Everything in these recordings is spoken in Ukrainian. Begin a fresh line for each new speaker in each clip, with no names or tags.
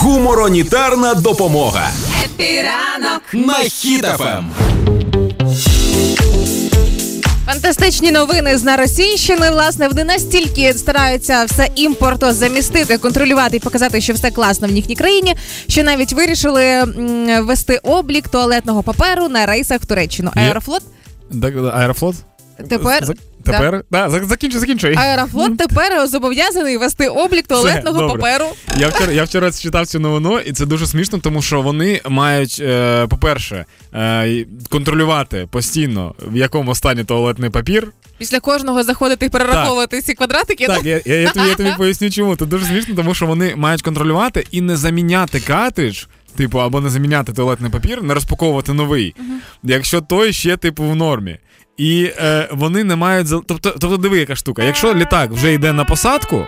Гуморонітарна допомога
Піранок.
на Ем. хітафем.
Фантастичні новини з Наросійщини. Власне, вони настільки стараються все імпорто замістити, контролювати і показати, що все класно в їхній країні, що навіть вирішили м, вести облік туалетного паперу на рейсах в Туреччину.
Є.
Аерофлот
Так, Аерофлот?
тепер.
Зак- Тепер? Е, Да, зак- закінчуй, закінчуй.
Аерофлот тепер зобов'язаний вести облік туалетного
добре.
паперу.
Я вчора, я вчора читав цю новину, і це дуже смішно, тому що вони мають, е, по-перше, е, й- контролювати постійно, в якому стані туалетний папір.
Після кожного заходити і перераховувати ці квадратики. ну,
Так, я, я, я, тобі, я тобі поясню, чому. Це дуже смішно, тому що вони мають контролювати і не заміняти картридж, типу, або не заміняти туалетний папір, не розпаковувати новий, якщо той ще, типу, в нормі. І е, вони не мають. за- Тобто, тобто, диви, яка штука. Якщо літак вже йде на посадку,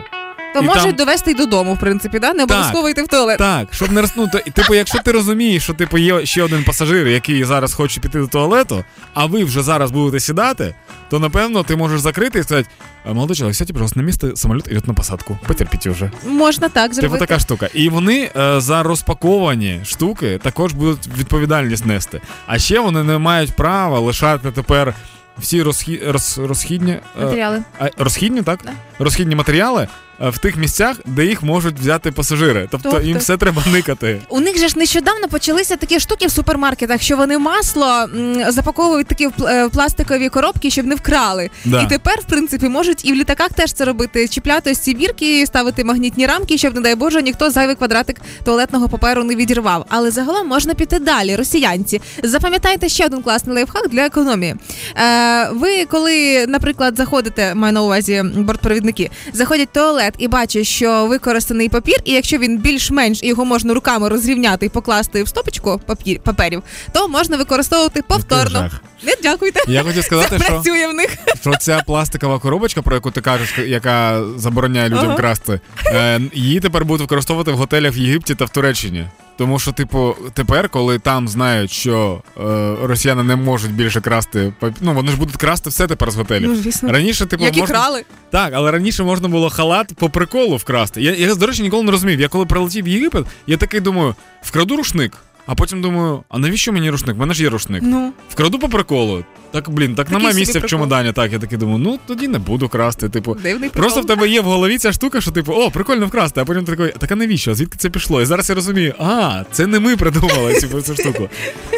То
і
можуть
там-
довести й додому, в принципі, да? не обов'язково йти в туалет.
Так, щоб не роз- ну, то, і, типу, якщо ти розумієш, що типу є ще один пасажир, який зараз хоче піти до туалету, а ви вже зараз будете сідати, то напевно ти можеш закрити і сказати, «Е, молодой чоловік, сядьте, пожалуйста, на місце, самоліт іде на посадку. Потерпіть уже.
Можна так
Типу
зробити.
така штука. І вони е, за розпаковані штуки також будуть відповідальність нести. А ще вони не мають права лишати тепер. Всі розхі... роз... розхідні е,
Матеріали.
а, розхідні, так?
Да.
Розхідні матеріали е, в тих місцях, де їх можуть взяти пасажири. Тобто,
Тобто?
їм все треба никати.
У них же ж нещодавно почалися такі штуки в супермаркетах, що вони масло м, запаковують такі в пл- е, в пластикові коробки, щоб не вкрали.
Да.
І тепер, в принципі, можуть і в літаках теж це робити: чіпляти ось ці бірки, ставити магнітні рамки, щоб, не дай Боже, ніхто зайвий квадратик туалетного паперу не відірвав. Але загалом можна піти далі, росіянці. Запам'ятайте ще один класний лайфхак для економії. Е, ви, коли, наприклад, заходите, маю на увазі бортпровідники, заходять в туалет і бачать, що використаний папір, і якщо він більш-менш і його можна руками розрівняти і покласти в стопочку папір, паперів, то можна використовувати повторно.
жах.
Не дякуйте.
Я хотів
Це
сказати, що, Типу,
працює в них.
що ця пластикова коробочка, про яку ти кажеш, яка забороняє людям
Ага.
красти, е, її тепер будуть використовувати в готелях в Єгипті та в Туреччині. Тому що, типу, тепер, коли там знають, що е, росіяни не можуть більше красти пап- ну вони ж будуть красти все тепер з готелів.
Ну, звісно.
Раніше, типу,
Як і
можна...
крали.
Так, але раніше можна було халат по приколу вкрасти. Я, я до речі, ніколи не розумів. Я коли прилетів в Єгипет, я такий думаю, вкраду рушник. А потім думаю, а навіщо мені рушник? У мене ж є рушник.
Ну,
Вкраду по приколу. Так, блін, так
Такий
немає
собі
місця в
прикол.
чемодані. Так, я такий думаю, ну тоді не буду красти. Типу,
дивний прикол.
просто в тебе є в голові ця штука, що типу, о, прикольно вкрасти, а потім ти такий, так а навіщо? А Звідки це пішло? І зараз я розумію, а, це не ми придумали цю, цю штуку.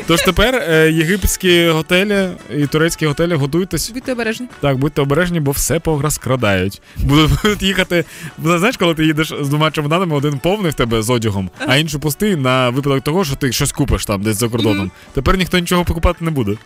Тож тепер е, єгипетські готелі і турецькі готелі готуйтесь
Будьте обережні.
так, будьте обережні, бо все пограскрадають. Будуть, будуть їхати. Знаєш, коли ти їдеш з двома чемоданами, один повний в тебе з одягом, а інший пустий на випадок того, що ти щось купиш там десь за кордоном. Тепер ніхто нічого покупати не буде.